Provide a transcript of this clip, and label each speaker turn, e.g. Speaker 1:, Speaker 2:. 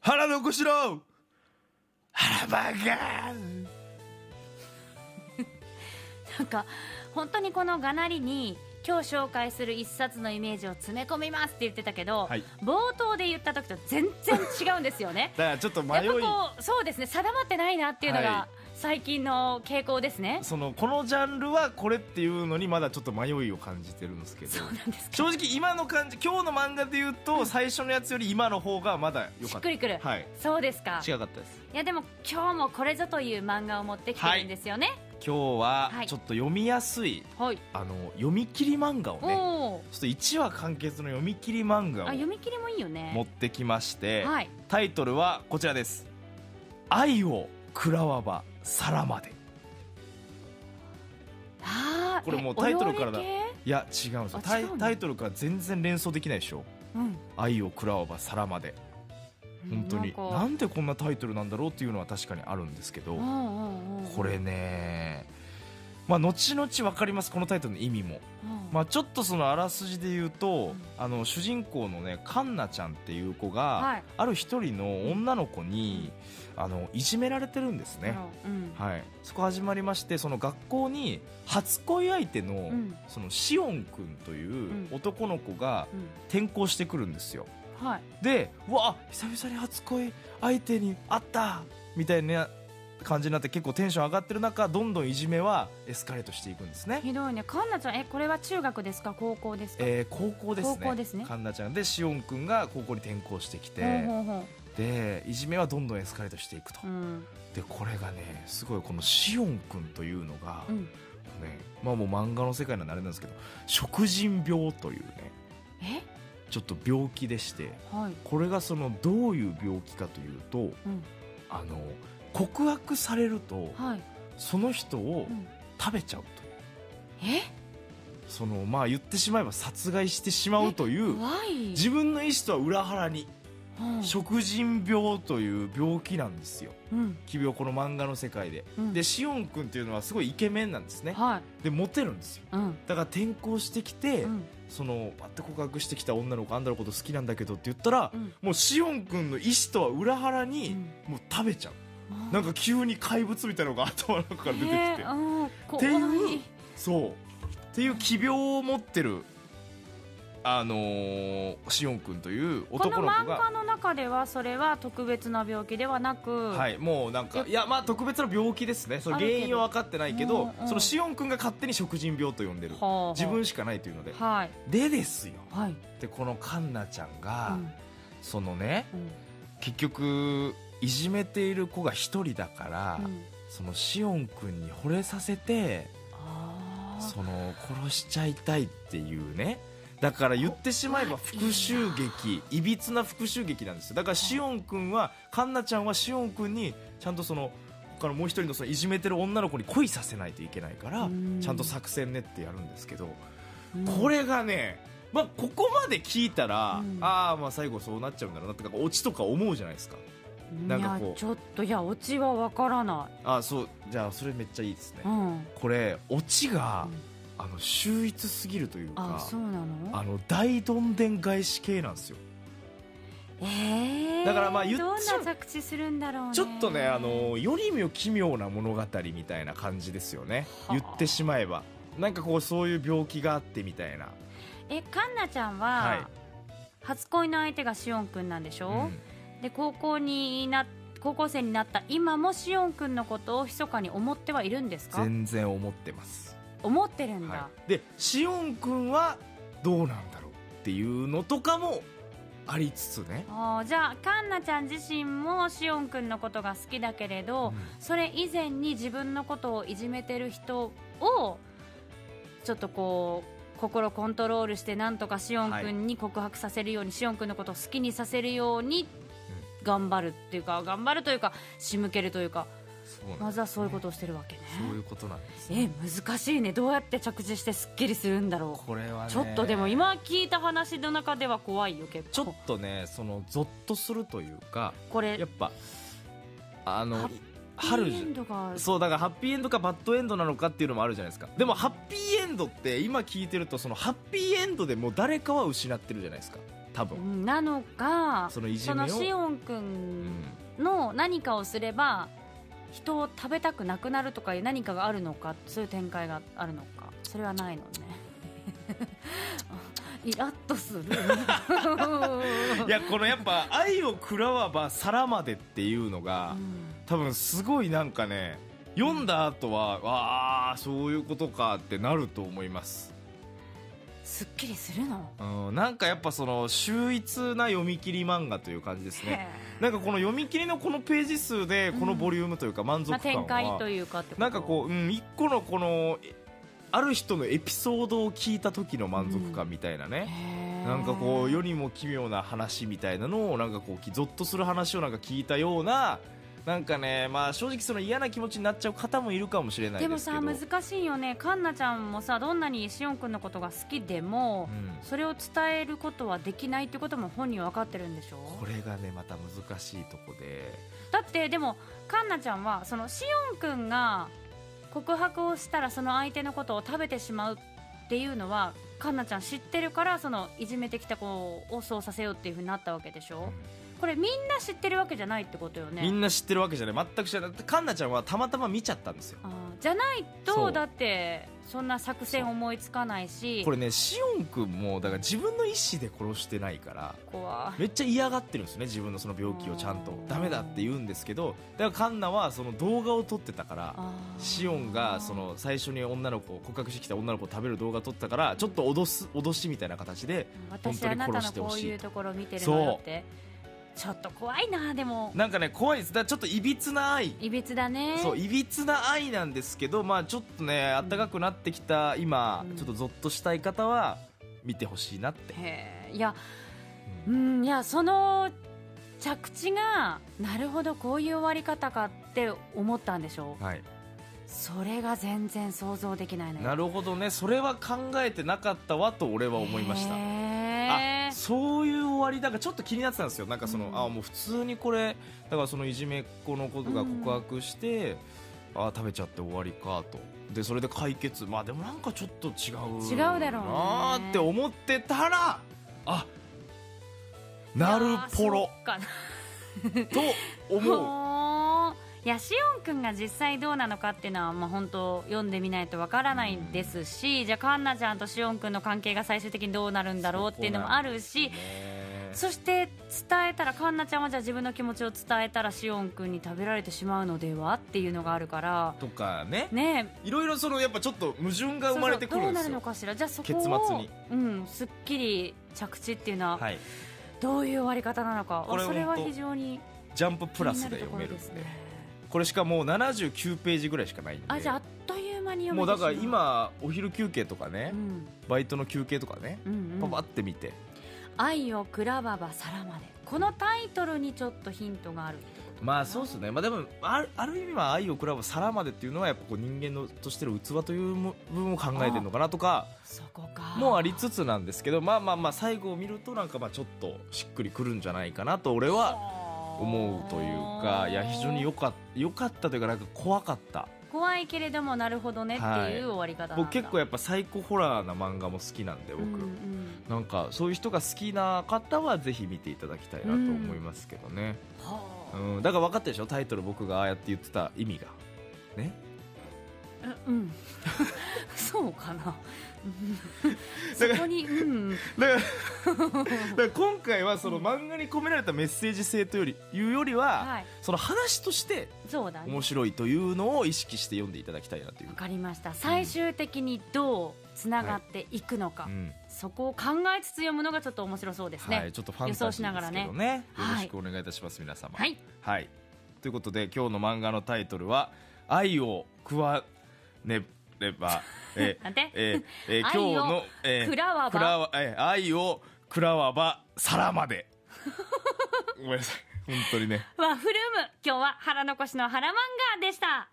Speaker 1: 腹残しろ腹バカ
Speaker 2: なんか本当にこのがなりに今日紹介する一冊のイメージを詰め込みますって言ってたけど、
Speaker 1: はい
Speaker 2: 冒頭で言った時と全然違うんですよね
Speaker 1: だからちょっと
Speaker 2: や っ
Speaker 1: 迷い
Speaker 2: ぱこうそうですね定まってないなっていうの
Speaker 1: は
Speaker 2: が最近の傾向ですね、
Speaker 1: そのこのジャンルはこれっていうのにまだちょっと迷いを感じてるんですけど
Speaker 2: そうなんですか
Speaker 1: 正直今の感じ今日の漫画で言うと最初のやつより今の方がまだ良
Speaker 2: し
Speaker 1: か
Speaker 2: っ
Speaker 1: っ
Speaker 2: く
Speaker 1: た
Speaker 2: りくる、
Speaker 1: はい
Speaker 2: そうですか
Speaker 1: 違かったです
Speaker 2: いやでも今日もこれぞという漫画を持ってきてるんですよね
Speaker 1: 今日は
Speaker 2: はい
Speaker 1: ちょっと読みやすい
Speaker 2: はい、
Speaker 1: あの読み切り漫画をね
Speaker 2: おお
Speaker 1: ちょっと1話完結の読み切り漫画
Speaker 2: あ
Speaker 1: を
Speaker 2: 読み切りもいいよ
Speaker 1: 持っ
Speaker 2: ね
Speaker 1: てきまして
Speaker 2: はい
Speaker 1: タイトルはこちらです「愛を食らわば皿まで
Speaker 2: あー
Speaker 1: これもう
Speaker 2: え
Speaker 1: タイトルから
Speaker 2: お料
Speaker 1: だ
Speaker 2: 理系」
Speaker 1: いや違うんですよ
Speaker 2: あ
Speaker 1: タイ
Speaker 2: 違うの
Speaker 1: タイトルから全然連想できないでしょ
Speaker 2: うん
Speaker 1: 「愛を食らわば皿まで」本当に
Speaker 2: う
Speaker 1: な
Speaker 2: んなんか
Speaker 1: んでこんなタイトルなんだろうっていうのは確かにあるんですけど
Speaker 2: うんうんうん
Speaker 1: これねまあ後々分かりますこのタイトルの意味も、
Speaker 2: うん
Speaker 1: まあ、ちょっとそのあらすじで言うと
Speaker 2: ん
Speaker 1: あの主人公のねカンナちゃんっていう子が、
Speaker 2: はい
Speaker 1: ある一人の女の子にあのいじめられてるんですね、
Speaker 2: うん
Speaker 1: はい、そこ始まりましてその学校に初恋相手の,、
Speaker 2: ん
Speaker 1: そのシオン君という男の子が
Speaker 2: う
Speaker 1: 転校してくるんですよ
Speaker 2: んはい
Speaker 1: でうわ久々に初恋相手に会ったみたいな感じになって結構テンション上がってる中どんどんいじめはエスカレートしていくんですね、
Speaker 2: ひどいねカンナちゃんえこれは中学ですか高校ですか
Speaker 1: えー高校ですね
Speaker 2: 高校ですね
Speaker 1: 神田ちゃんでシオン君が高校に転校してきて、
Speaker 2: ほうほうほ
Speaker 1: でいじめはどんどんエスカレートしていくと、
Speaker 2: ううん
Speaker 1: でこれがねすごいこのシオン君というのが、
Speaker 2: うん
Speaker 1: ねまあもう漫画の世界なんであれなんですけど食人病というね
Speaker 2: え
Speaker 1: ちょっと病気でして
Speaker 2: はい
Speaker 1: これがそのどういう病気かというと
Speaker 2: うん
Speaker 1: あの告白されると
Speaker 2: はい
Speaker 1: その人を
Speaker 2: うん
Speaker 1: 食べちゃうという、
Speaker 2: え
Speaker 1: そのまあ言ってしまえば殺害してしまうという
Speaker 2: 怖い
Speaker 1: 自分の意思とは裏腹に
Speaker 2: うん
Speaker 1: 食人病という病気なんですよ
Speaker 2: うん
Speaker 1: 奇病この漫画の世界で、
Speaker 2: うん
Speaker 1: でシオン君っていうのはすごいイケメンなんですね
Speaker 2: はい
Speaker 1: でモテるんですよ
Speaker 2: うん
Speaker 1: だから転校してきて、
Speaker 2: うん
Speaker 1: そのバッて告白してきた女の子あんたのこと好きなんだけどって言ったら、
Speaker 2: うん
Speaker 1: もうシオン君の意思とは裏腹に、もう食べちゃうなんか急に怪物みたいなのが頭の中から出てきて、
Speaker 2: えーうん
Speaker 1: っ
Speaker 2: 怖
Speaker 1: て
Speaker 2: い
Speaker 1: いうそうっていう奇病を持ってるあのーシオン君という
Speaker 2: この
Speaker 1: 男の子
Speaker 2: 漫
Speaker 1: が
Speaker 2: 画の中ではそれは特別な病気ではなく
Speaker 1: はいい、もうなんかいやまあ特別な病気ですねその
Speaker 2: ある
Speaker 1: 原
Speaker 2: けど
Speaker 1: 因は分かってないけど
Speaker 2: うんうん
Speaker 1: そのシオン君が勝手に食人病と呼んでる自分しかないというので
Speaker 2: はい
Speaker 1: でですよ
Speaker 2: はい
Speaker 1: でこのカンナちゃん
Speaker 2: う
Speaker 1: が、
Speaker 2: ん
Speaker 1: そのね
Speaker 2: うん
Speaker 1: 結局いじめている子が一人だから、
Speaker 2: うん
Speaker 1: そのシオン君に惚れさせて
Speaker 2: あー
Speaker 1: その殺しちゃいたいっていうねだから言ってしまえば復讐劇いびつな復讐劇なんですよだからシオン君はカンナちゃんはシオン君にちゃんとその他のもう一人のそのいじめてる女の子に恋させないといけないから
Speaker 2: うん
Speaker 1: ちゃんと作戦練ってやるんですけど
Speaker 2: うん
Speaker 1: これがねまあここまで聞いたら、
Speaker 2: うん
Speaker 1: ああまあ最後そうなっちゃうんだろうなってかオチとか思うじゃないですかなんかこう
Speaker 2: いやちょっといやオチはわからな
Speaker 1: ああそうじゃあそれめっちゃいいですね
Speaker 2: い、うん、
Speaker 1: これオチが、あの秀逸すぎるというか
Speaker 2: あそうなの
Speaker 1: あの大どんでん返し系なんですよ
Speaker 2: えー、
Speaker 1: だからまあ言っちゃ
Speaker 2: ど
Speaker 1: うん
Speaker 2: な着地するんだろうね
Speaker 1: ちょっとねあのよりも奇妙な物語みたいな感じですよね
Speaker 2: はあ
Speaker 1: 言ってしまえばなんかこうそういう病気があってみたいな、
Speaker 2: えカンナちゃんは、
Speaker 1: はい
Speaker 2: 初恋の相手がしおんくんなんでし
Speaker 1: う
Speaker 2: ょ、
Speaker 1: ん
Speaker 2: で高校にな高校生になった今もしおんくんのことを密かに思ってはいるんですか
Speaker 1: 全然思ってます、
Speaker 2: 思ってるんだ、
Speaker 1: はい、でしおんくんはどうなんだろうっていうのとかもありつつね、
Speaker 2: あーじゃあカンナちゃん自身もしおんくんのことが好きだけれど、それ以前に自分のことをいじめてる人をちょっとこう心コントロールしてなんとかしおんくんに告白させるように、しおんくんのことを好きにさせるように頑張るっていうか頑張るというか仕向けるというか
Speaker 1: そうなん
Speaker 2: まずはそういうこと
Speaker 1: そ
Speaker 2: をしてるわけね。
Speaker 1: ういうことなんですね
Speaker 2: え難しいねどうやって着地してすっきりするんだろ
Speaker 1: これは
Speaker 2: う
Speaker 1: ね
Speaker 2: ちょっとでも今聞いた話の中では怖いよ結構
Speaker 1: ちょっとねそのゾッとするというか
Speaker 2: これ
Speaker 1: やっぱあ
Speaker 2: ハ
Speaker 1: の
Speaker 2: ッピ
Speaker 1: 春
Speaker 2: いいエンドが
Speaker 1: そうだからハッピーエンドかバッドエンドなのかっていうのもあるじゃないですかでもハッピーエンドって今聞いてるとそのハッピーエンドでもう誰かは失ってるじゃないですか多分
Speaker 2: なのか
Speaker 1: そのいじ
Speaker 2: そ
Speaker 1: めを
Speaker 2: のしおんく
Speaker 1: うんん
Speaker 2: の何かをすれば人を食べたくなくなるとかいう何かがあるのかそういう展開があるのかそれはないの ねイラッとする
Speaker 1: いやこのやっぱ「愛を食らわば皿まで」っていうのが
Speaker 2: うん
Speaker 1: 多分すごいなんかね読んだ後はわあそういうことかってなると思います
Speaker 2: すっきりするの
Speaker 1: うんなんかやっぱその秀逸な読み切り漫画という感じですね
Speaker 2: へえ
Speaker 1: なんかこの読み切りのこのページ数でこのボリュームというか満足
Speaker 2: まあ、
Speaker 1: 感は、
Speaker 2: 展開というかってこと
Speaker 1: なんかこう、うん、一個のこのえある人のエピソードを聞いた時の満足感みたいなね、
Speaker 2: へえ
Speaker 1: なんかこう世にも奇妙な話みたいなのをなんかこうきゾッとする話をなんか聞いたようななんかねまあ正直その嫌な気持ちになっちゃう方もいるかもしれない
Speaker 2: で
Speaker 1: で
Speaker 2: も
Speaker 1: すけど
Speaker 2: さ難しいよねカンナちゃんもさどんなにしおんくんのことが好きでも、
Speaker 1: うん
Speaker 2: それを伝えることはできないってことも本人は分かってるんでしょ
Speaker 1: これがねまた難しいとこで
Speaker 2: だってでもカンナちゃんはそのしおんくんが告白をしたらその相手のことを食べてしまうっていうのはカンナちゃん知ってるからそのいじめてきた子をそうさせようっていうふうになったわけでしょ、これみんな知ってるわけじゃないってことよね
Speaker 1: みんな知ってるわけじゃない全く知らないカンナちゃんはたまたま見ちゃったんですよ
Speaker 2: あーじゃない
Speaker 1: そ
Speaker 2: と
Speaker 1: う
Speaker 2: だってそんな作戦思いつかないし
Speaker 1: これねシオン君もだから自分の意思で殺してないから
Speaker 2: 怖い
Speaker 1: めっちゃ嫌がってるんですね自分のその病気をちゃんと
Speaker 2: うん
Speaker 1: ダメだって言うんですけどだからカンナはその動画を撮ってたから
Speaker 2: あー
Speaker 1: シオンがその最初に女の子を告白してきた女の子を食べる動画撮ったからちょっと脅す脅しみたいな形で
Speaker 2: 私
Speaker 1: 本当
Speaker 2: あ
Speaker 1: に
Speaker 2: な
Speaker 1: 殺
Speaker 2: たの
Speaker 1: して
Speaker 2: こ
Speaker 1: ほ
Speaker 2: う
Speaker 1: しい
Speaker 2: いうところ見てるのよ
Speaker 1: そう
Speaker 2: ってちょっと怖いなでも
Speaker 1: なんかね怖いですだからちょっといびつな愛
Speaker 2: いびつだね
Speaker 1: そういびつな愛なんですけどまあちょっとねあったかくなってきた今
Speaker 2: うん
Speaker 1: ちょっとゾッとしたい方は見てほしいなって
Speaker 2: へえいやうんいやその着地がなるほどこういう終わり方かって思ったんでしょう
Speaker 1: はい
Speaker 2: それが全然想像できないのよ
Speaker 1: なるほどねそれは考えてなかったわと俺は思いました
Speaker 2: へ
Speaker 1: あ
Speaker 2: え
Speaker 1: そういう終わりだからちょっと気になってたんですよなんかその、
Speaker 2: うん
Speaker 1: あもう普通にこれだからそのいじめっ子のことが告白して、あ食べちゃって終わりかとでそれで解決まあでもなんかちょっと違う
Speaker 2: 違うだろうね
Speaker 1: なーって思ってたらあなるぽ
Speaker 2: いや
Speaker 1: ろ
Speaker 2: そっかな
Speaker 1: と 思う
Speaker 2: ほーいやしおんくんが実際どうなのかっていうのは、まあ、本当読んでみないとわからないですし、じゃあカンナちゃんとしおんくんの関係が最終的にどうなるんだろうっていうのもあるし
Speaker 1: ね
Speaker 2: そして伝えたらカンナちゃんはじゃあ自分の気持ちを伝えたらしおんくんに食べられてしまうのではっていうのがあるから
Speaker 1: とかね
Speaker 2: ねえ
Speaker 1: いろいろそのやっぱちょっと矛盾が生まれてくるんで
Speaker 2: そうそうどうな
Speaker 1: す
Speaker 2: るの
Speaker 1: よ
Speaker 2: かしらじゃあそこを
Speaker 1: 結末に
Speaker 2: うん、すっきり着地っていうのは
Speaker 1: はい
Speaker 2: どういう終わり方なのか、
Speaker 1: これ
Speaker 2: それは
Speaker 1: 本当
Speaker 2: 非常に
Speaker 1: ジャンプ
Speaker 2: 気
Speaker 1: プラ
Speaker 2: にな
Speaker 1: スで
Speaker 2: るとこ
Speaker 1: 読め
Speaker 2: ろ
Speaker 1: るん
Speaker 2: で
Speaker 1: です
Speaker 2: ね
Speaker 1: これしかもう79ページぐらいしかないんで
Speaker 2: あじゃああっという間に読め
Speaker 1: もう
Speaker 2: て
Speaker 1: だ
Speaker 2: し
Speaker 1: か
Speaker 2: ま
Speaker 1: ら今お昼休憩とかね、
Speaker 2: うん
Speaker 1: バイトの休憩とかね
Speaker 2: うんうん
Speaker 1: パパって見て、
Speaker 2: 愛をくらばば皿までこのタイトルにちょっとヒントがあるってこと
Speaker 1: まあそうですね、まあ、でもあるある意味は愛を比べ皿までっていうのはやっぱこう人間のとしての器というも部分を考えてるのかなとか
Speaker 2: そこか
Speaker 1: もありつつなんですけどまあまあまあ最後を見るとなんかまあちょっとしっくりくるんじゃないかなと俺は思うというかいや非常によかよかったというかなんか怖かった
Speaker 2: 怖いけれどもなるほどねって
Speaker 1: はい
Speaker 2: いう終わり方なんだ
Speaker 1: 僕結構やっぱサイコホラーな漫画も好きなんで僕、
Speaker 2: うんうん
Speaker 1: なんかそういう人が好きな方はぜひ見ていただきたいなと思いますけどね、
Speaker 2: はあ
Speaker 1: うん、だから分かったでしょタイトル僕がああやって言ってた意味がね
Speaker 2: うん そうか なうん
Speaker 1: だから
Speaker 2: そこにうん
Speaker 1: だからだから今回はその漫画に込められたメッセージ性というよりいうよりは、
Speaker 2: はい
Speaker 1: その話として
Speaker 2: そうだね
Speaker 1: 面白いというのを意識して読んでいただきたいなという
Speaker 2: わ、かりました最終的にどうつながっていくのか、
Speaker 1: うん
Speaker 2: そこを考えつつ読むのがちょっと面白そうですね
Speaker 1: はい、ちょっとファンタジー
Speaker 2: 予
Speaker 1: で
Speaker 2: 想しながら
Speaker 1: すけどね
Speaker 2: は
Speaker 1: よ
Speaker 2: い
Speaker 1: ろしくお願いいたします皆様
Speaker 2: はい
Speaker 1: はい、ということで今日の漫画のタイトルは「愛を食わねれば」え
Speaker 2: なんて
Speaker 1: ええ今
Speaker 2: 愛
Speaker 1: 日
Speaker 2: を
Speaker 1: の、え
Speaker 2: 食らわば
Speaker 1: 食らわえ愛を食らわば皿ま でごめんなさい本当にね
Speaker 2: ワッフルーム今日は腹残しの腹漫画でした